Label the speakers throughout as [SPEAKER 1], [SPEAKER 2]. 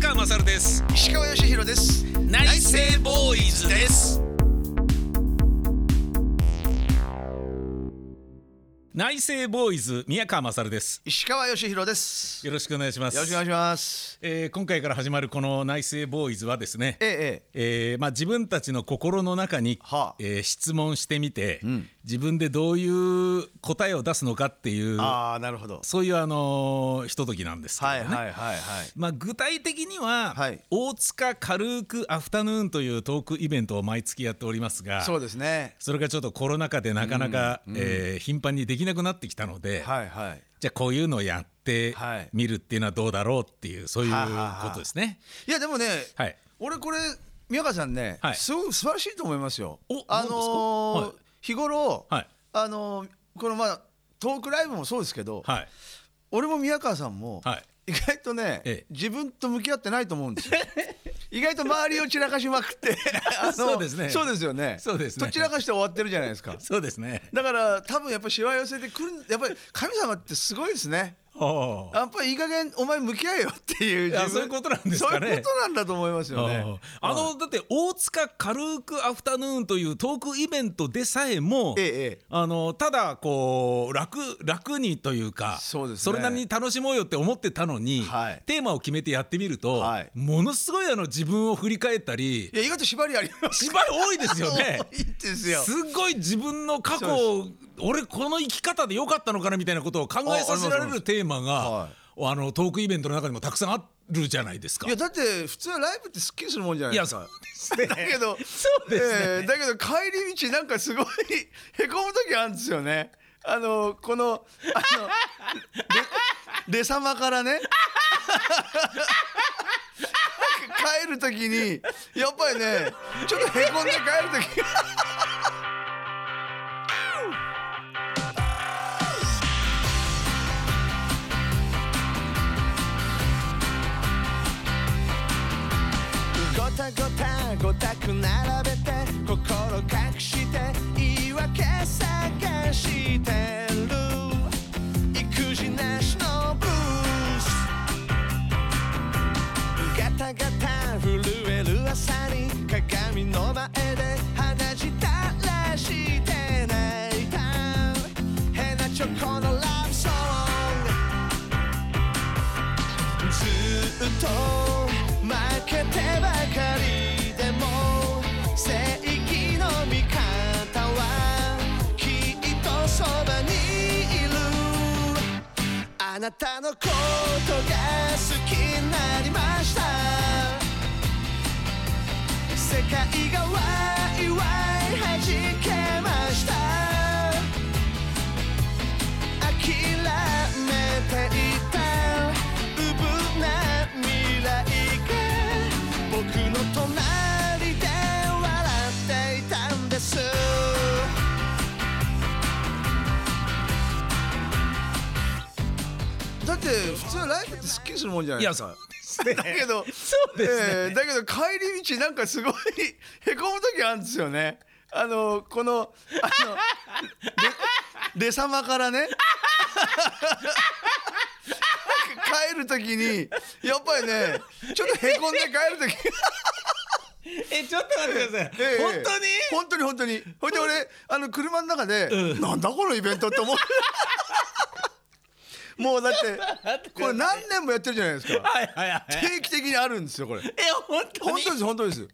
[SPEAKER 1] 川勝です
[SPEAKER 2] 石川義弘です
[SPEAKER 1] 内政ボーイズです内政ボーイズ宮川勝です
[SPEAKER 2] 石川義弘です
[SPEAKER 1] よろしくお願いします
[SPEAKER 2] よろしくお願いします
[SPEAKER 1] えー今回から始まるこの内政ボーイズはですね
[SPEAKER 2] ええええ
[SPEAKER 1] えーまあ、自分たちの心の中に、
[SPEAKER 2] はあ
[SPEAKER 1] えー質問してみて、自分でどういう答えを出すのかっていう
[SPEAKER 2] ああなるほど
[SPEAKER 1] そういう、あのーひとときなんですけど
[SPEAKER 2] は
[SPEAKER 1] ね、
[SPEAKER 2] いはいはいはい
[SPEAKER 1] まあ、具体的には、
[SPEAKER 2] はい
[SPEAKER 1] 大塚軽くアフタヌーンというトークイベントを毎月やっておりますが
[SPEAKER 2] そうですね
[SPEAKER 1] それがちょっとコロナ禍でなかなか、えー頻繁にできなくなってきたので、
[SPEAKER 2] はいはい
[SPEAKER 1] じゃあこういうのをやって
[SPEAKER 2] はい
[SPEAKER 1] みるっていうのはどうだろうっていうそういう
[SPEAKER 2] はあはあはあ
[SPEAKER 1] ことですね。
[SPEAKER 2] いやでもね、
[SPEAKER 1] はい
[SPEAKER 2] 俺これ宮川さんね、
[SPEAKER 1] はい
[SPEAKER 2] すごく素晴らしいと思いますよ
[SPEAKER 1] お
[SPEAKER 2] あ
[SPEAKER 1] 何
[SPEAKER 2] のー
[SPEAKER 1] ですかはい
[SPEAKER 2] 日頃、
[SPEAKER 1] はい
[SPEAKER 2] あのーこのまあトークライブもそうですけど、
[SPEAKER 1] はい
[SPEAKER 2] 俺も宮川さんも、
[SPEAKER 1] はい
[SPEAKER 2] 意外とね、
[SPEAKER 1] ええ
[SPEAKER 2] 自分と向き合ってないと思うんです よ意外と周りを散らかしまくってあの
[SPEAKER 1] そうですね
[SPEAKER 2] そうですよね
[SPEAKER 1] そうですね
[SPEAKER 2] と散らかして終わってるじゃないですか
[SPEAKER 1] そうですね。
[SPEAKER 2] だから多分やっぱりしわ寄せで来るやっぱり神様ってすごいで すね
[SPEAKER 1] おー
[SPEAKER 2] やっぱりいい加減お前向き合えよっていう
[SPEAKER 1] あ
[SPEAKER 2] 自分
[SPEAKER 1] そういうことなんですかね
[SPEAKER 2] そういうことなんだと思いますよね
[SPEAKER 1] あのだって大塚軽くアフタヌーンというトークイベントでさえも、
[SPEAKER 2] ええええ
[SPEAKER 1] あのただこう楽楽にというか
[SPEAKER 2] そうですね
[SPEAKER 1] れなりに楽しもうよって思ってたのに、
[SPEAKER 2] はい
[SPEAKER 1] テーマを決めてやってみると、
[SPEAKER 2] はい
[SPEAKER 1] ものすごいあの自分を振り返ったり
[SPEAKER 2] いや意外と縛りあります
[SPEAKER 1] 芝居多いですよ
[SPEAKER 2] 。
[SPEAKER 1] ね
[SPEAKER 2] 多いんですよ
[SPEAKER 1] すごい自分の過去を俺この生き方で良かったのかなみたいなことを考えさせられるテーマ
[SPEAKER 2] ああ
[SPEAKER 1] が
[SPEAKER 2] りま
[SPEAKER 1] あのトークイベントの中にもたくさんあるじゃないですか
[SPEAKER 2] いや。だって普通はライブってすっきりするもんじゃないですか
[SPEAKER 1] いや
[SPEAKER 2] だけど
[SPEAKER 1] そうですね
[SPEAKER 2] えーだけど帰り道なんかすごいへこむ時あるんですよねあのこのあのレレ様からね帰る時にやっぱりねちょっとへこんで帰る時が
[SPEAKER 3] ごたごたごたく並べて心隠して言い訳探してる育児なしのブースガタガタ震える朝に鏡の前で鼻血垂らして泣いた変なチョコのラブソングずっと負けてばかりでも正義の味方はきっとそばにいるあなたのことが好きになりました世界がわいわい弾けました諦めていた無分な未来が僕の隣で笑っていたんです
[SPEAKER 2] だって普通はライブってすっきりするもんじゃないです
[SPEAKER 1] いや
[SPEAKER 2] か
[SPEAKER 1] そうですね
[SPEAKER 2] だけど
[SPEAKER 1] そうですね
[SPEAKER 2] えーだけど帰り道なんかすごいへこむ時あるんですよねあのこのあのレレ様からね 帰る時にやっぱりねちょっとへこんで帰る時が
[SPEAKER 1] えちょっと待ってください、
[SPEAKER 2] ええ
[SPEAKER 1] 本当に
[SPEAKER 2] 本当に本当にほいで俺あの車の中で、
[SPEAKER 1] うん
[SPEAKER 2] なんだこのイベントって思う もうだってこれ何年もやってるじゃないですか
[SPEAKER 1] はいはいはい
[SPEAKER 2] 定期的にあるんですよこれ
[SPEAKER 1] え本当
[SPEAKER 2] 本
[SPEAKER 1] に
[SPEAKER 2] 当です本当です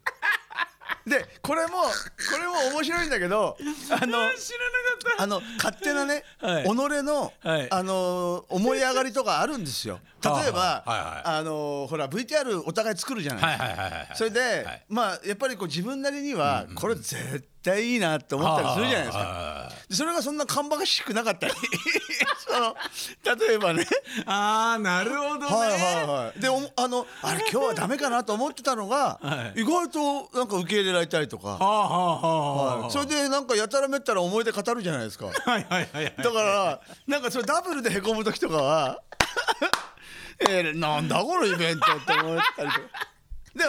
[SPEAKER 2] でこれもこれも面白いんだけどあの
[SPEAKER 1] 知らなかった
[SPEAKER 2] あの勝手なね、
[SPEAKER 1] はい
[SPEAKER 2] 己の、
[SPEAKER 1] はい
[SPEAKER 2] あの思い上がりとかあるんですよ例えば
[SPEAKER 1] はあは
[SPEAKER 2] あのほら VTR お互い作るじゃないですか、
[SPEAKER 1] はいはいはいはい
[SPEAKER 2] それで、
[SPEAKER 1] はい
[SPEAKER 2] まあやっぱりこう自分なりにはこれ絶対いいなって思ったりするじゃないですか。
[SPEAKER 1] か
[SPEAKER 2] でそれがそんな芳しくなかったり その例えばね
[SPEAKER 1] あーなるほどね、
[SPEAKER 2] はいはいはいでおもあのあれ今日はダメかなと思ってたのが、
[SPEAKER 1] はい
[SPEAKER 2] 意外となんか受け入れられたりとか、
[SPEAKER 1] はあはあはあは
[SPEAKER 2] はいそれでなんかやたらめったら思い出語るじゃないですか。
[SPEAKER 1] あはいはいはいはい
[SPEAKER 2] だからなんかそれダブルでへこむ時とかは えーなんだこのイベントって思ったりとか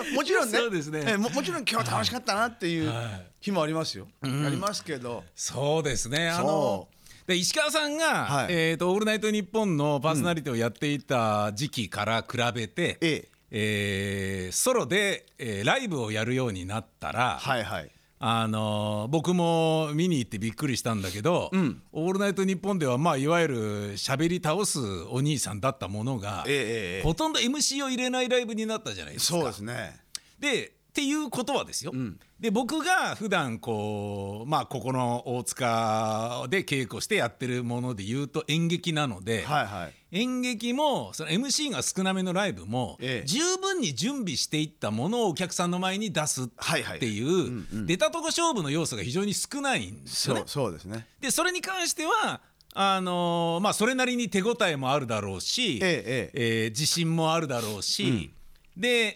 [SPEAKER 2] でももちろんね
[SPEAKER 1] そうですね
[SPEAKER 2] えーももちろん今日楽しかったなっていう
[SPEAKER 1] はい
[SPEAKER 2] 日もありますよ、ありますけど
[SPEAKER 1] そうですねあの
[SPEAKER 2] そ
[SPEAKER 1] で石川さんが、
[SPEAKER 2] はい
[SPEAKER 1] えーと「オールナイトニッポン」のパーソナリティをやっていた時期から比べて、
[SPEAKER 2] ええ
[SPEAKER 1] えーソロで、えーライブをやるようになったら、
[SPEAKER 2] はいはい
[SPEAKER 1] あのー僕も見に行ってびっくりしたんだけど「
[SPEAKER 2] うん
[SPEAKER 1] オールナイトニッポン」では、まあ、いわゆる喋り倒すお兄さんだったものが、
[SPEAKER 2] ええええ
[SPEAKER 1] ほとんど MC を入れないライブになったじゃないですか。
[SPEAKER 2] そうですね
[SPEAKER 1] でっていうことはですよ、
[SPEAKER 2] ん
[SPEAKER 1] で僕が普段こうまあここの大塚で稽古してやってるもので言うと演劇なので、
[SPEAKER 2] はいはい
[SPEAKER 1] 演劇もその MC が少なめのライブも、
[SPEAKER 2] ええ
[SPEAKER 1] 十分に準備していったものをお客さんの前に出すっ
[SPEAKER 2] はいはい
[SPEAKER 1] ていう、出たとこ勝負の要素が非常に少ないんですよ
[SPEAKER 2] そ
[SPEAKER 1] ね
[SPEAKER 2] う。そうですね
[SPEAKER 1] でそれに関してはあのーまあ、それなりに手応えもあるだろうし、
[SPEAKER 2] ええ
[SPEAKER 1] えー自信もあるだろうし、で、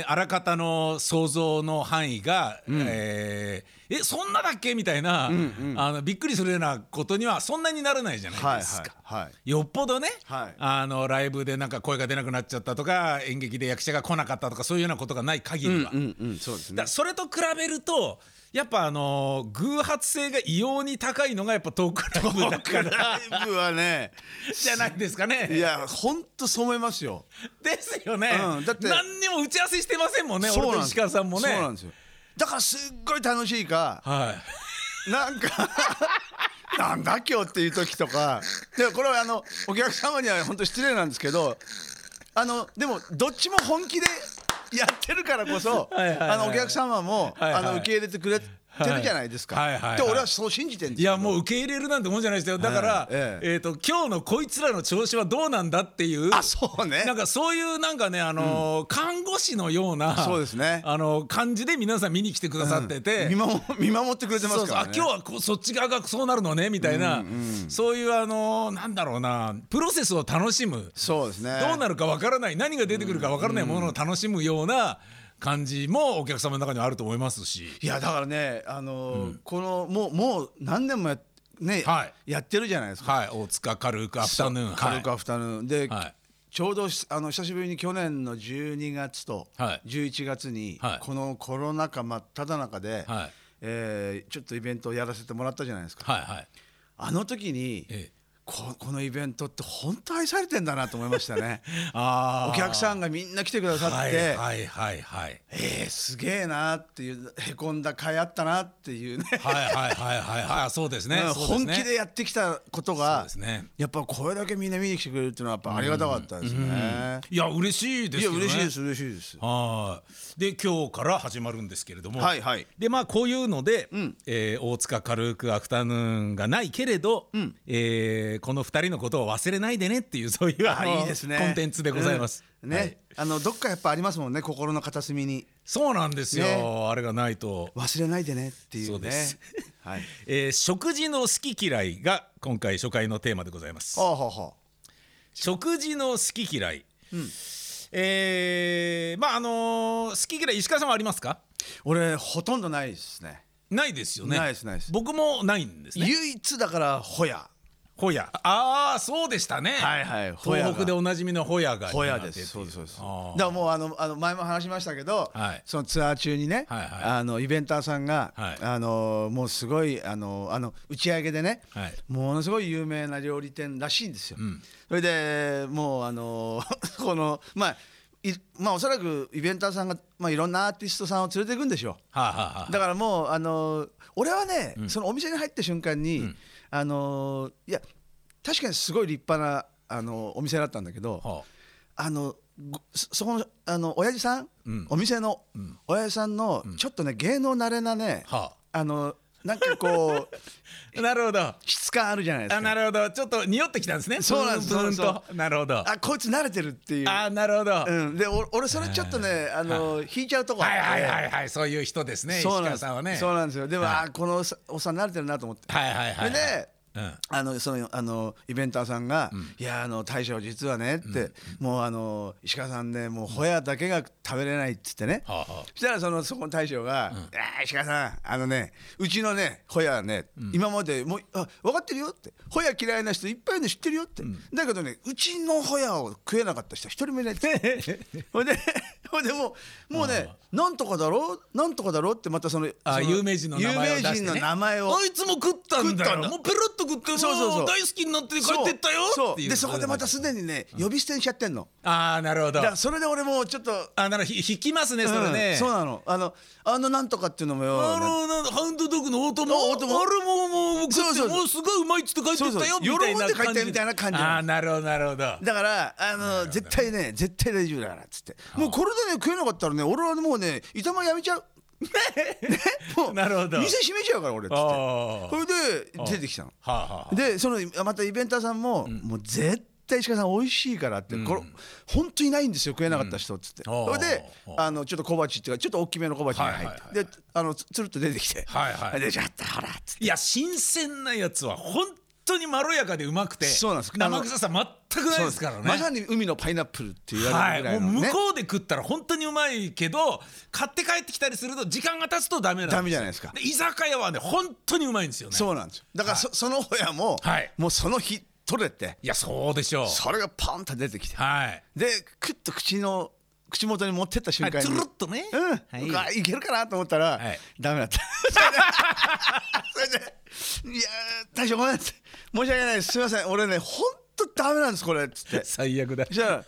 [SPEAKER 1] えーあらかたの想像の範囲が、えーえそんなだっけみたいな、あのびっくりするようなことにはそんなにならないじゃない
[SPEAKER 2] はい
[SPEAKER 1] ですか。
[SPEAKER 2] はいはい
[SPEAKER 1] よっぽどね、
[SPEAKER 2] はい
[SPEAKER 1] あのライブでなんか声が出なくなっちゃったとか演劇で役者が来なかったとかそういうようなことがない限りは、
[SPEAKER 2] うんうんそうで
[SPEAKER 1] だ
[SPEAKER 2] す
[SPEAKER 1] か
[SPEAKER 2] ね
[SPEAKER 1] らそれと比べるとやっぱあのー偶発性が異様に高いのがやっぱトークライブだか
[SPEAKER 2] 僕ラ
[SPEAKER 1] ら
[SPEAKER 2] イブはね
[SPEAKER 1] じゃないですかね。
[SPEAKER 2] いやほんとそう思いますよ
[SPEAKER 1] ですよね、
[SPEAKER 2] うんだって
[SPEAKER 1] 何にも打ち合わせしてませんもんね俺
[SPEAKER 2] そう
[SPEAKER 1] と
[SPEAKER 2] なんです
[SPEAKER 1] 石川さんもね
[SPEAKER 2] そうなんですよだからすっごい楽しいか
[SPEAKER 1] はい
[SPEAKER 2] なんか なんだ今日っていう時とかでもこれはあのお客様には本当失礼なんですけどあのでもどっちも本気でやってるからこそ
[SPEAKER 1] はいはいはい
[SPEAKER 2] あのお客様も、
[SPEAKER 1] はいはい
[SPEAKER 2] あの受け入れてくれてるじゃないですか。
[SPEAKER 1] はいはいはいはい
[SPEAKER 2] で俺はそう信じてるんです
[SPEAKER 1] いやもう受け入れるなんてもんじゃないですよだから、
[SPEAKER 2] はい
[SPEAKER 1] え
[SPEAKER 2] え
[SPEAKER 1] ーと今日のこいつらの調子はどうなんだっていう
[SPEAKER 2] あそうね
[SPEAKER 1] なんかそういうなんかね、あのー看護師のような
[SPEAKER 2] そうですね
[SPEAKER 1] あのー感じで皆さん見に来てくださってて、
[SPEAKER 2] 見守見守ってくれてま
[SPEAKER 1] そう
[SPEAKER 2] すから、ね、
[SPEAKER 1] そうあ今日はこうそっち側がそうなるのねみたいな、そういうあのーなんだろうなプロセスを楽しむ
[SPEAKER 2] そうですね
[SPEAKER 1] どうなるかわからない何が出てくるかわからないものを楽しむような感じもお客様の中にはあると思いますし。
[SPEAKER 2] いやだからねあのーこのもうもう何年もや,、ね
[SPEAKER 1] はい
[SPEAKER 2] やってるじゃないですか。
[SPEAKER 1] はい、大塚軽くアフタヌーン
[SPEAKER 2] そう軽く
[SPEAKER 1] は
[SPEAKER 2] アフタヌーンで、
[SPEAKER 1] はい
[SPEAKER 2] ちょうどしあの久しぶりに去年の12月と
[SPEAKER 1] はい
[SPEAKER 2] 11月に、
[SPEAKER 1] はい
[SPEAKER 2] このコロナ禍真っ只中で、
[SPEAKER 1] はい
[SPEAKER 2] えーちょっとイベントをやらせてもらったじゃないですか、
[SPEAKER 1] い、はいはい
[SPEAKER 2] あの時に、
[SPEAKER 1] え
[SPEAKER 2] ここのイベントって本当愛されてんだなと思いましたね
[SPEAKER 1] あ
[SPEAKER 2] お客
[SPEAKER 1] ん
[SPEAKER 2] さんがみんな来てくださって、
[SPEAKER 1] はいはいはいはい
[SPEAKER 2] えーすげえなっていうへこんだ甲斐あったなっていうね
[SPEAKER 1] はいはいはいはいはいそうですね
[SPEAKER 2] うん
[SPEAKER 1] そう
[SPEAKER 2] 本
[SPEAKER 1] すね
[SPEAKER 2] 気でやってきたこと
[SPEAKER 1] そう
[SPEAKER 2] が
[SPEAKER 1] ですね
[SPEAKER 2] やっぱこれだけみんな見に来てくれるっていうのはやっぱありがたかったですね。
[SPEAKER 1] いや嬉しいで
[SPEAKER 2] い
[SPEAKER 1] す
[SPEAKER 2] や
[SPEAKER 1] よね
[SPEAKER 2] 嬉しいです嬉しいです。
[SPEAKER 1] はいで今日から始まるんですけれども
[SPEAKER 2] はいはい
[SPEAKER 1] でまあこういうので、えー大塚軽くアフタヌーンがないけれど、えーこの二人のことを忘れないでねっていうそういうあの
[SPEAKER 2] あいいですね。
[SPEAKER 1] コンテンツでございます。
[SPEAKER 2] うんね、
[SPEAKER 1] はい
[SPEAKER 2] あのどっかやっぱありますもんね心の片隅に
[SPEAKER 1] そうなんですよ、
[SPEAKER 2] ね
[SPEAKER 1] あれがないと。
[SPEAKER 2] 忘れないでねっていうね。
[SPEAKER 1] そうです。
[SPEAKER 2] はい。
[SPEAKER 1] えー食事の好き嫌いが今回初回のテーマでございます
[SPEAKER 2] あ。あほうほ
[SPEAKER 1] 食事の好き嫌い。えーまああのー好き嫌い石川さんはありますか？
[SPEAKER 2] う。俺ほとんどないですね。
[SPEAKER 1] ないですよね。
[SPEAKER 2] ないですないです
[SPEAKER 1] 僕もないんですね。
[SPEAKER 2] 唯一だからホヤ。
[SPEAKER 1] ホヤ。ああそうでしたね。
[SPEAKER 2] はいはいホヤが
[SPEAKER 1] 東北でおなじみのホヤが。
[SPEAKER 2] ホヤです。そうですそうです。だ
[SPEAKER 1] あ
[SPEAKER 2] か
[SPEAKER 1] ー
[SPEAKER 2] らもうあのあの前も話しましたけど、
[SPEAKER 1] はい
[SPEAKER 2] そのツアー中にね、
[SPEAKER 1] はいはい
[SPEAKER 2] あのイベンターさんが、
[SPEAKER 1] はい
[SPEAKER 2] あのもうすごいあのあの打ち上げでね、
[SPEAKER 1] はい
[SPEAKER 2] ものすごい有名な料理店らしいんですよ。それでもうあの このまあいまあおそらくイベンターさんがまあいろんなアーティストさんを連れていくんでしょう。
[SPEAKER 1] はあ、はあはあ、
[SPEAKER 2] だからもうあのー俺はね、そのお店に入った瞬間に、あのーいや確かにすごい立派なあのーお店だったんだけど、
[SPEAKER 1] は
[SPEAKER 2] あのごそそこのあの親父さん、お店の、親父さんの、ちょっとね芸能慣れなね、
[SPEAKER 1] は
[SPEAKER 2] あのなんかこ う
[SPEAKER 1] あ、なるほどあ
[SPEAKER 2] 質感あるじゃないですか。
[SPEAKER 1] なるほどちょっと匂ってきたんですね
[SPEAKER 2] そうなんです
[SPEAKER 1] プンプン
[SPEAKER 2] そうなんで
[SPEAKER 1] となるほどあ
[SPEAKER 2] あこいつ慣れてるっていう。
[SPEAKER 1] あなるほど、
[SPEAKER 2] うん、でお俺それちょっとね、あのー引いちゃうとこあっ
[SPEAKER 1] はい
[SPEAKER 2] て
[SPEAKER 1] はいはいはいそういう人ですね石
[SPEAKER 2] そうなんで
[SPEAKER 1] 川
[SPEAKER 2] す
[SPEAKER 1] さんはね
[SPEAKER 2] そうなんですよでも、
[SPEAKER 1] はい
[SPEAKER 2] あこのおっさんおっさん慣れてるなと思って、
[SPEAKER 1] はいはいはいはい
[SPEAKER 2] でね、
[SPEAKER 1] うん
[SPEAKER 2] あのそのあのイベンターさんが「いやあの大将実はね」って、もうあの石川さんねもうホヤだけが食べれないっつってね、
[SPEAKER 1] はあはあ
[SPEAKER 2] そしたらそのそこの大将が「いやー石川さんあのねうちのねホヤはね、今までもうあ分かってるよ」って「ホヤ嫌いな人いっぱいいるの知ってる よ」って、だけどねうちのホヤを食えなかった人は一人もいないってほんでこれでもうもうねなんとかだろうなんとかだろうってまたその
[SPEAKER 1] あ
[SPEAKER 2] そ
[SPEAKER 1] 有名人の名前を出して、ね、
[SPEAKER 2] 有名人の名前を
[SPEAKER 1] あいつも食ったんだ
[SPEAKER 2] 食っ
[SPEAKER 1] よ
[SPEAKER 2] たんだ
[SPEAKER 1] もうペロッと食って
[SPEAKER 2] そうそうそう
[SPEAKER 1] もう大好きになって帰ってったよ
[SPEAKER 2] そう
[SPEAKER 1] っていう
[SPEAKER 2] でそこでまたすでにね呼び捨てにしちゃってんの
[SPEAKER 1] ああなるほど
[SPEAKER 2] だからそれで俺もうちょっと
[SPEAKER 1] あなるほどひ引きますねそれ
[SPEAKER 2] う
[SPEAKER 1] ね
[SPEAKER 2] ん、そうなのあのあのなんとかっていうのもよ
[SPEAKER 1] あのなんだハウンドドッグのオートモ
[SPEAKER 2] おオートモ
[SPEAKER 1] あれももう僕
[SPEAKER 2] そうそう
[SPEAKER 1] もうすごいうまいっつって帰ってったよ
[SPEAKER 2] そうそう
[SPEAKER 1] みたいな感じ
[SPEAKER 2] 喜んで帰ったよみたいな感じ
[SPEAKER 1] ああなるほどなるほど
[SPEAKER 2] だからあの絶対ね絶対大丈夫だからっつってもうこれでね食えなかったらね俺はもうね板前やめち ゃうねもう
[SPEAKER 1] なるほど
[SPEAKER 2] 店閉めちゃうから俺っつって
[SPEAKER 1] あー
[SPEAKER 2] それで出てきたの
[SPEAKER 1] はあはあ
[SPEAKER 2] でそのまたイベンターさんも、もう絶対石川さん美味しいからって、これ本当にないんですよ食えなかった人っつって、
[SPEAKER 1] うん
[SPEAKER 2] それで
[SPEAKER 1] おうおう
[SPEAKER 2] あのちょっと小鉢っていうかちょっと大きめの小鉢に入って、
[SPEAKER 1] はいはいはいはい
[SPEAKER 2] であのつつるっと出てきて「
[SPEAKER 1] はいはい
[SPEAKER 2] 出ちゃったほら」っつって。
[SPEAKER 1] いや新鮮なやつは本当にまろやかでうまくて
[SPEAKER 2] そうなんです
[SPEAKER 1] 生臭さ全くないですからね
[SPEAKER 2] まさに海のパイナップルって言わ
[SPEAKER 1] は
[SPEAKER 2] れ
[SPEAKER 1] い、
[SPEAKER 2] るぐら
[SPEAKER 1] も
[SPEAKER 2] いうのね、
[SPEAKER 1] 向こうで食ったら本当にうまいけど買って帰ってきたりすると時間が経つとダメなんですよ
[SPEAKER 2] ダメじゃないですか
[SPEAKER 1] 居酒屋はね本当にうまいんですよね
[SPEAKER 2] そうなんですよだからそ,、その親も、
[SPEAKER 1] はい
[SPEAKER 2] もうその日取れて
[SPEAKER 1] いやそうでしょう
[SPEAKER 2] それがパンと出てきて
[SPEAKER 1] はい
[SPEAKER 2] でクッと口の口元に持ってった瞬間に、
[SPEAKER 1] つるっとね、
[SPEAKER 2] うん、
[SPEAKER 1] はい、
[SPEAKER 2] うわいけるかなと思ったら、
[SPEAKER 1] はい
[SPEAKER 2] ダメだった。 それで、それでいやー大将ごめんなさい申し訳ないです。すみません、俺ね、本当ダメなんですこれっつって。そ
[SPEAKER 1] 最悪だ、
[SPEAKER 2] したら、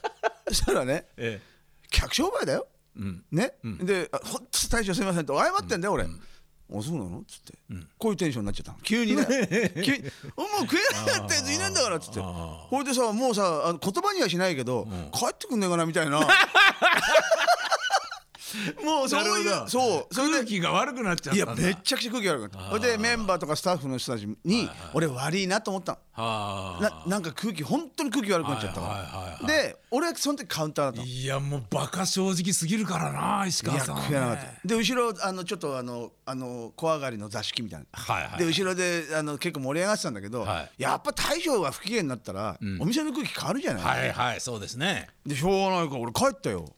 [SPEAKER 2] そしたらね、
[SPEAKER 1] え
[SPEAKER 2] 客商売だよ。ね、で、あ本当大将すみませんと謝ってんだよ俺。あそうなのっつって、こういうテンションになっちゃったの急にね 急におもう食えなかったやついないんだからっつってほいでさもうさあの言葉にはしないけど、帰ってくんねえかなみた いなもうそうい
[SPEAKER 1] なるほど
[SPEAKER 2] うそうそれで
[SPEAKER 1] 空気が悪くなっちゃっ
[SPEAKER 2] い
[SPEAKER 1] た
[SPEAKER 2] や
[SPEAKER 1] んだ
[SPEAKER 2] めちゃくちゃ空気悪くなったそれでメンバーとかスタッフの人たちに俺悪いなと思った
[SPEAKER 1] は
[SPEAKER 2] の
[SPEAKER 1] あ
[SPEAKER 2] ななんか空気本当に空気悪くなっちゃった
[SPEAKER 1] はいはいはい
[SPEAKER 2] か
[SPEAKER 1] は
[SPEAKER 2] らで俺はその時カウンターだったのい
[SPEAKER 1] いやもうバカ正直すぎるからな石川
[SPEAKER 2] や
[SPEAKER 1] さんはね、
[SPEAKER 2] 食えなかったで後ろあのちょっとあのあの小上がりの座敷みたいな
[SPEAKER 1] はいはい
[SPEAKER 2] で後ろであの結構盛り上がってたんだけど
[SPEAKER 1] はい
[SPEAKER 2] やっぱ大将が不機嫌になったらお店の空気変わるじゃない
[SPEAKER 1] はいはいそうですね
[SPEAKER 2] でしょうがないから俺帰っ たよ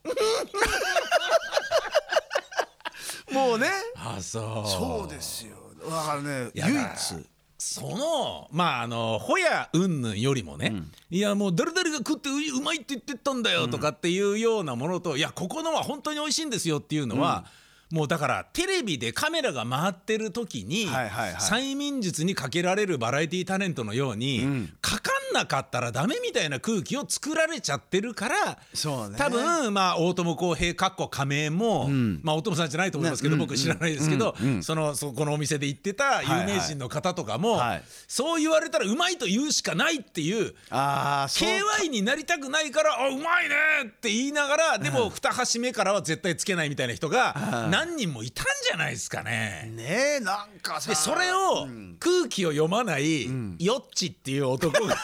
[SPEAKER 2] もうね
[SPEAKER 1] あそう
[SPEAKER 2] そうですよだからね
[SPEAKER 1] やだ
[SPEAKER 2] 唯一
[SPEAKER 1] そのまああのホヤうんぬんよりもね、いやもう誰々が食ってういうまいって言ってったんだよとかっていうようなものと、いやここのは本当に美味しいんですよっていうのは、もうだからテレビでカメラが回ってる時に、
[SPEAKER 2] はいはいはい
[SPEAKER 1] 催眠術にかけられるバラエティタレントのように、かかんなかったらダメみたいな空気を作られちゃってるから
[SPEAKER 2] そうね
[SPEAKER 1] 多分、まあ、大友康平かっこ仮名も、まあ、大友さんじゃないと思いますけど、僕知らないですけど、そのそこのお店で行ってた有名人の方とかも、
[SPEAKER 2] はい
[SPEAKER 1] そう言われたらうまいと言うしかないっていう。
[SPEAKER 2] ああそう
[SPEAKER 1] KY になりたくないから「あうまいね!」って言いながらでも二箸目からは絶対つけないみたいな人が何人もいたんじゃないですかね。
[SPEAKER 2] ねえなんかさ
[SPEAKER 1] でそれを空気を読まないヨッチっていう 男が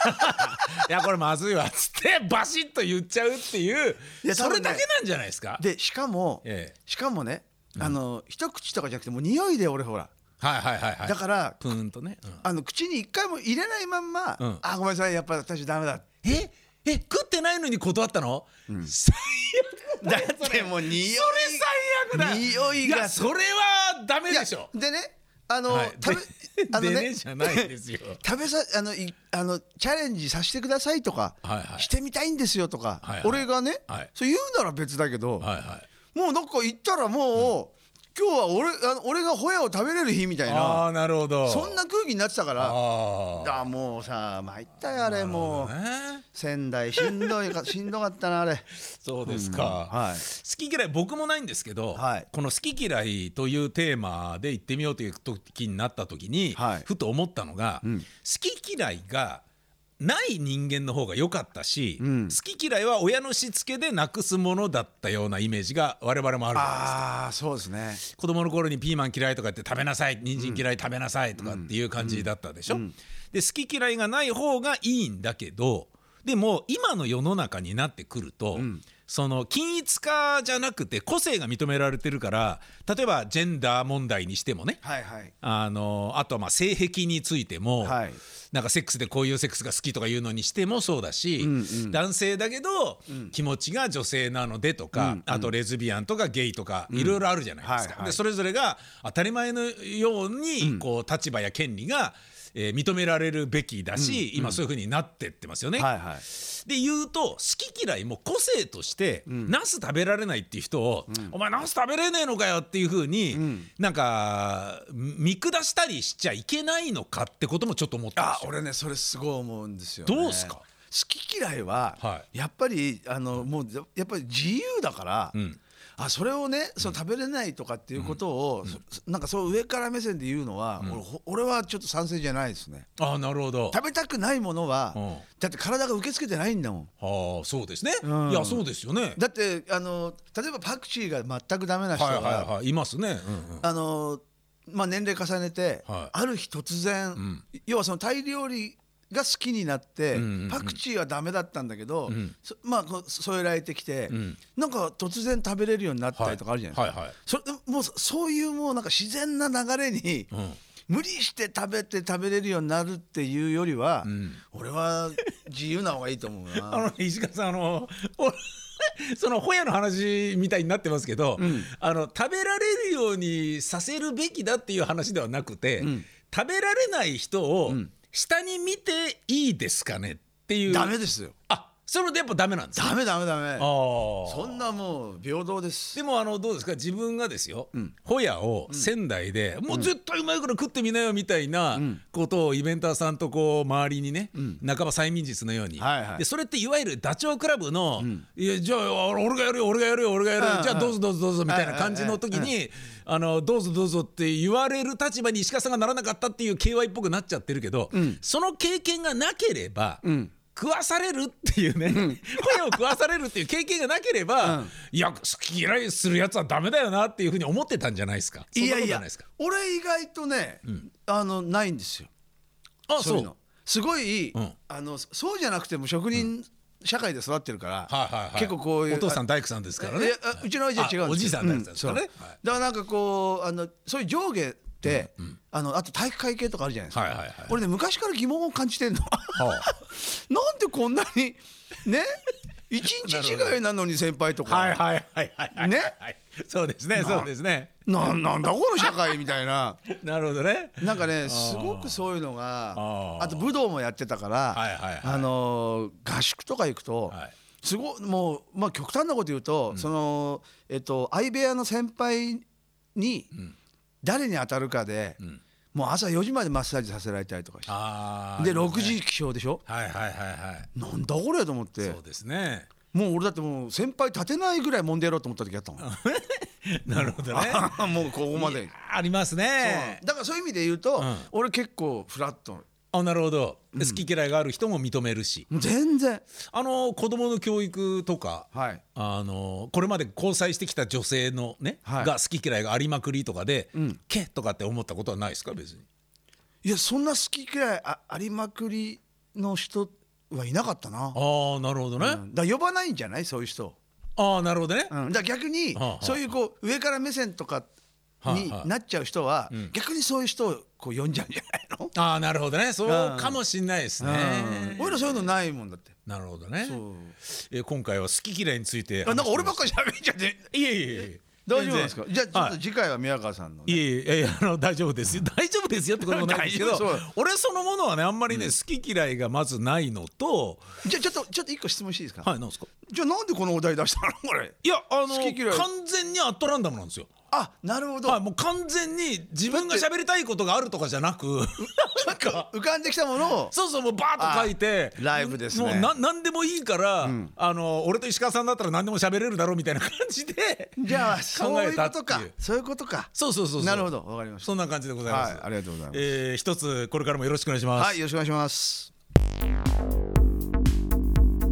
[SPEAKER 1] 「いやこれまずいわ」っつってバシッと言っちゃうっていう
[SPEAKER 2] いや
[SPEAKER 1] そ
[SPEAKER 2] 多
[SPEAKER 1] れ
[SPEAKER 2] 分ね
[SPEAKER 1] だけなんじゃないですか
[SPEAKER 2] でしかも、
[SPEAKER 1] ええ
[SPEAKER 2] しかもね、あの一口とかじゃなくてもう匂いで俺ほら
[SPEAKER 1] はいはいはいはい
[SPEAKER 2] だから
[SPEAKER 1] プーンとね、うん
[SPEAKER 2] あの口に一回も入れないまんま、
[SPEAKER 1] うん
[SPEAKER 2] あごめんなさいやっぱ私ダメだ
[SPEAKER 1] ええ食ってないのに断ったの、最悪だ
[SPEAKER 2] だ
[SPEAKER 1] よ
[SPEAKER 2] っ
[SPEAKER 1] それ
[SPEAKER 2] てもう匂い
[SPEAKER 1] それ最悪だ
[SPEAKER 2] 匂い
[SPEAKER 1] い
[SPEAKER 2] が
[SPEAKER 1] やそれはダメ
[SPEAKER 2] いや
[SPEAKER 1] でしょ
[SPEAKER 2] でねあの、
[SPEAKER 1] はい
[SPEAKER 2] 食べ
[SPEAKER 1] で
[SPEAKER 2] あの
[SPEAKER 1] でねじゃないですよ
[SPEAKER 2] 食べさあのいあのチャレンジさせてくださいとか、
[SPEAKER 1] はいはい
[SPEAKER 2] してみたいんですよとか、
[SPEAKER 1] はいはい
[SPEAKER 2] 俺がね、
[SPEAKER 1] はい
[SPEAKER 2] そう言うなら別だけど、
[SPEAKER 1] はいはい
[SPEAKER 2] もうなんか行ったらもう、今日は俺あの俺がホヤを食べれる日みたいな
[SPEAKER 1] ああなるほど
[SPEAKER 2] そんな空気になってたから
[SPEAKER 1] あ
[SPEAKER 2] あもうさ参ったよあれもう
[SPEAKER 1] あ、ね
[SPEAKER 2] 仙台しんどいかしんどかったなあれ
[SPEAKER 1] そうですか、
[SPEAKER 2] うんはい
[SPEAKER 1] 好き嫌い僕もないんですけど、
[SPEAKER 2] はい
[SPEAKER 1] この「好き嫌い」というテーマで行ってみようという時になった時に、
[SPEAKER 2] はい
[SPEAKER 1] ふと思ったのが、好き嫌いがない人間の方が良かったし、
[SPEAKER 2] ん
[SPEAKER 1] 好き嫌いは親のしつけでなくすものだったようなイメージが我々もあるじゃないですか
[SPEAKER 2] ああそうですね
[SPEAKER 1] 子供の頃にピーマン嫌いとかって食べなさい人参嫌い食べなさいとかっていう感じだったでしょ、で好き嫌いがない方がいいんだけどでも今の世の中になってくると、その均一化じゃなくて個性が認められてるから例えばジェンダー問題にしてもね
[SPEAKER 2] はいはい
[SPEAKER 1] あのあとはまあ性癖についても、
[SPEAKER 2] はい
[SPEAKER 1] なんかセックスでこういうセックスが好きとかいうのにしてもそうだし、男性だけど気持ちが女性なのでとか、あとレズビアンとかゲイとかいろいろあるじゃないですか、
[SPEAKER 2] はいはい
[SPEAKER 1] でそれぞれが当たり前のようにこう立場や権利が、えー認められるべきだし、今そういうふうになってってますよね。
[SPEAKER 2] はいはい
[SPEAKER 1] で言うと好き嫌いも個性として、ナス食べられないっていう人を、お前ナス食べれねえのかよっていうふうに、なんか見下したりしちゃいけないのかってこともちょっと思ったんで
[SPEAKER 2] あ
[SPEAKER 1] すよ。
[SPEAKER 2] 俺ねそれすごい思うんですよ、ね、
[SPEAKER 1] どうっすか
[SPEAKER 2] 好き嫌いは、
[SPEAKER 1] は
[SPEAKER 2] やっぱりあのもうややっぱり自由だから、
[SPEAKER 1] ん
[SPEAKER 2] あそれをねその食べれないとかっていうことを、そなんかそう上から目線で言うのは、俺ほ俺はちょっと賛成じゃないですね
[SPEAKER 1] ああなるほど。
[SPEAKER 2] 食べたくないものは、
[SPEAKER 1] うん
[SPEAKER 2] だって体が受け付けてないんだもん
[SPEAKER 1] ああそうですね。
[SPEAKER 2] うん
[SPEAKER 1] いやそうですよね。
[SPEAKER 2] だってあの例えばパクチーが全くダメな人
[SPEAKER 1] は
[SPEAKER 2] が、
[SPEAKER 1] いはいはいいますね。うんうん
[SPEAKER 2] あのまあ、年齢重ねて、
[SPEAKER 1] はい
[SPEAKER 2] ある日突然、要はそのタイ料理が好きになって、
[SPEAKER 1] んうんうん
[SPEAKER 2] パクチーはダメだったんだけど、
[SPEAKER 1] ん
[SPEAKER 2] そまあこう添えられてきて、
[SPEAKER 1] ん
[SPEAKER 2] なんか突然食べれるようになったりとかあるじゃないですか、
[SPEAKER 1] はいはい
[SPEAKER 2] それもうそういうもうなんか自然な流れに、
[SPEAKER 1] うん
[SPEAKER 2] 無理して食べて食べれるようになるっていうよりは、
[SPEAKER 1] ん
[SPEAKER 2] 俺は自由な方がいいと思う
[SPEAKER 1] あ
[SPEAKER 2] な。
[SPEAKER 1] の石川さんあの おそのホヤの話みたいになってますけど、あの食べられるようにさせるべきだっていう話ではなくて、食べられない人を下に見ていいですかねっていう、
[SPEAKER 2] ダメですよ。
[SPEAKER 1] あそれでやっぱダメなんですか
[SPEAKER 2] ダメダメダメ
[SPEAKER 1] あ。ー
[SPEAKER 2] そんなもう平等です。
[SPEAKER 1] でもあのどうですか自分がですよ、ホヤを仙台で、もう絶対うまいから食ってみなよみたいなことをイベンターさんとこう周りにね、半ば催眠術のように、
[SPEAKER 2] はいはい
[SPEAKER 1] でそれっていわゆるダチョウ倶楽部の、いやじゃあ俺がやるよ俺がやるよ俺がやるよ、
[SPEAKER 2] うん
[SPEAKER 1] じゃあどうぞどうぞどうぞみたいな感じの時に、あのどうぞどうぞって言われる立場に石川さんがならなかったっていう KY っぽくなっちゃってるけど、その経験がなければ、食わされるっていう ね、ホヤを食わされるっていう経験がなければ、いや好き嫌いするやつはダメだよなっていうふうに思ってたんじゃないですか。
[SPEAKER 2] いや
[SPEAKER 1] そんなことは
[SPEAKER 2] いや
[SPEAKER 1] なですか。
[SPEAKER 2] 俺意外とね、あのないんですよ
[SPEAKER 1] あ
[SPEAKER 2] そう
[SPEAKER 1] そ
[SPEAKER 2] いう
[SPEAKER 1] う。
[SPEAKER 2] のすごい、
[SPEAKER 1] うん
[SPEAKER 2] あのそうじゃなくても職人社会で育ってるから、
[SPEAKER 1] はいはいはい。
[SPEAKER 2] 結構こういう
[SPEAKER 1] お父さん
[SPEAKER 2] だ
[SPEAKER 1] 大工さんですからね。
[SPEAKER 2] うちの親父は違う
[SPEAKER 1] あ
[SPEAKER 2] んですよ
[SPEAKER 1] おじいさん大工さんですからね
[SPEAKER 2] うそう
[SPEAKER 1] はい
[SPEAKER 2] だからなんかこうあのそういう上下って、あのあと体育会系とかあるじゃないですか、
[SPEAKER 1] はいはいはい
[SPEAKER 2] 俺ね昔から疑問を感じてんの
[SPEAKER 1] は
[SPEAKER 2] なんでこんなにね一日違いなのに先輩と
[SPEAKER 1] あ
[SPEAKER 2] か、
[SPEAKER 1] はいはいはいはいはい。
[SPEAKER 2] ね
[SPEAKER 1] はい。そうですねそうですね。
[SPEAKER 2] ななんだこの社会みたいな。
[SPEAKER 1] なるほどね。
[SPEAKER 2] なんかねすごくそういうのが
[SPEAKER 1] あー
[SPEAKER 2] あと武道もやってたから、
[SPEAKER 1] はいはいはい
[SPEAKER 2] あのー合宿とか行くと、
[SPEAKER 1] はい
[SPEAKER 2] すごいもう、まあ、極端なこと言うと、そのえっと相部屋の先輩に誰に当たるかで、もう朝4時までマッサージさせられたりとかして
[SPEAKER 1] ああ。
[SPEAKER 2] で
[SPEAKER 1] いいね
[SPEAKER 2] 6時。起床でしょ
[SPEAKER 1] はいはいはいはい。
[SPEAKER 2] なんだこれと思って
[SPEAKER 1] そうですね。
[SPEAKER 2] もう俺だってもう先輩立てないぐらい揉んでやろうと思った時あったもん
[SPEAKER 1] なるほどね。
[SPEAKER 2] もうここまで。
[SPEAKER 1] ありますね
[SPEAKER 2] そう。だからそういう意味で言うと、
[SPEAKER 1] ん
[SPEAKER 2] 俺結構フラット
[SPEAKER 1] あなるほど。好き嫌いがある人も認めるし。
[SPEAKER 2] もう全然
[SPEAKER 1] あの子供の教育とか、
[SPEAKER 2] はい
[SPEAKER 1] あのこれまで交際してきた女性のね、
[SPEAKER 2] はい
[SPEAKER 1] が好き嫌いがありまくりとかで、けとかって思ったことはないですか別に。
[SPEAKER 2] いやそんな好き嫌いあありまくりの人はいなかったな、
[SPEAKER 1] ああなるほどね。
[SPEAKER 2] うんだから呼ばないんじゃないそういう人、
[SPEAKER 1] ああなるほどね。
[SPEAKER 2] うん、だから逆に
[SPEAKER 1] はあはあ
[SPEAKER 2] そういうこう上から目線とかに
[SPEAKER 1] はあはあ
[SPEAKER 2] なっちゃう人は逆にそういう人をこう呼んじゃうんじゃないの、
[SPEAKER 1] ああなるほどね。そう
[SPEAKER 2] うん
[SPEAKER 1] かもしんないですね。
[SPEAKER 2] うん、俺らそういうのないもんだって
[SPEAKER 1] なるほどね
[SPEAKER 2] そ。う
[SPEAKER 1] えー今回は好き嫌いについて
[SPEAKER 2] あなんか俺ばっ
[SPEAKER 1] 話
[SPEAKER 2] かり喋っちゃって
[SPEAKER 1] してみましたいえいえいえ。
[SPEAKER 2] 大丈夫なんですか
[SPEAKER 1] 全
[SPEAKER 2] じゃ
[SPEAKER 1] 然
[SPEAKER 2] あちょっ
[SPEAKER 1] は
[SPEAKER 2] と
[SPEAKER 1] い
[SPEAKER 2] 次回は宮川さんのね、
[SPEAKER 1] いえいえいやいやあの大丈夫 ですよ大丈夫ですよってこともないですけ
[SPEAKER 2] 大
[SPEAKER 1] ど
[SPEAKER 2] 丈夫そう
[SPEAKER 1] 俺そのものはねあんまりね、好き嫌いがまずないのと
[SPEAKER 2] じゃあちょっとちょっと一個質問していいですか、
[SPEAKER 1] はいなんですか
[SPEAKER 2] じゃあなんでこのお題出したのこれ
[SPEAKER 1] いやあの
[SPEAKER 2] 好き嫌い
[SPEAKER 1] 完全にアットランダムなんですよ。
[SPEAKER 2] あなるほど、
[SPEAKER 1] はい、もう完全に自分が喋りたいことがあるとかじゃなくなんか
[SPEAKER 2] 浮かんできたものを
[SPEAKER 1] そうそうもうバーッと書いて
[SPEAKER 2] あライブですね
[SPEAKER 1] もうな何でもいいから、あの俺と石川さんだったら何でも喋れるだろうみたいな感じで
[SPEAKER 2] じゃあ
[SPEAKER 1] 考
[SPEAKER 2] そうい
[SPEAKER 1] え
[SPEAKER 2] う
[SPEAKER 1] た
[SPEAKER 2] こ
[SPEAKER 1] っていう
[SPEAKER 2] とかそういうことか
[SPEAKER 1] そうそうそうそう
[SPEAKER 2] なるほどわかりました
[SPEAKER 1] そんな感じでございます、
[SPEAKER 2] はいありがとうございます
[SPEAKER 1] えー一つこれからもよろしくお願いします、
[SPEAKER 2] はいよろしくお願いします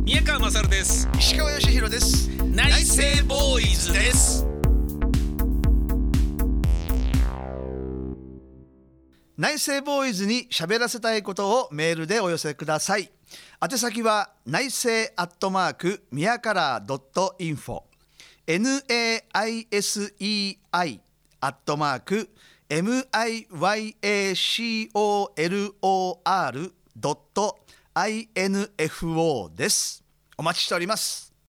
[SPEAKER 1] 宮川勝です
[SPEAKER 2] 石川義弘です
[SPEAKER 1] 内政ボーイズです
[SPEAKER 2] 内政ボーイズに喋らせたいことをメールでお寄せください宛先は内政アットマークミヤカラードットインフォ naisei アットマーク miyacolor ドット info ですお待ちしております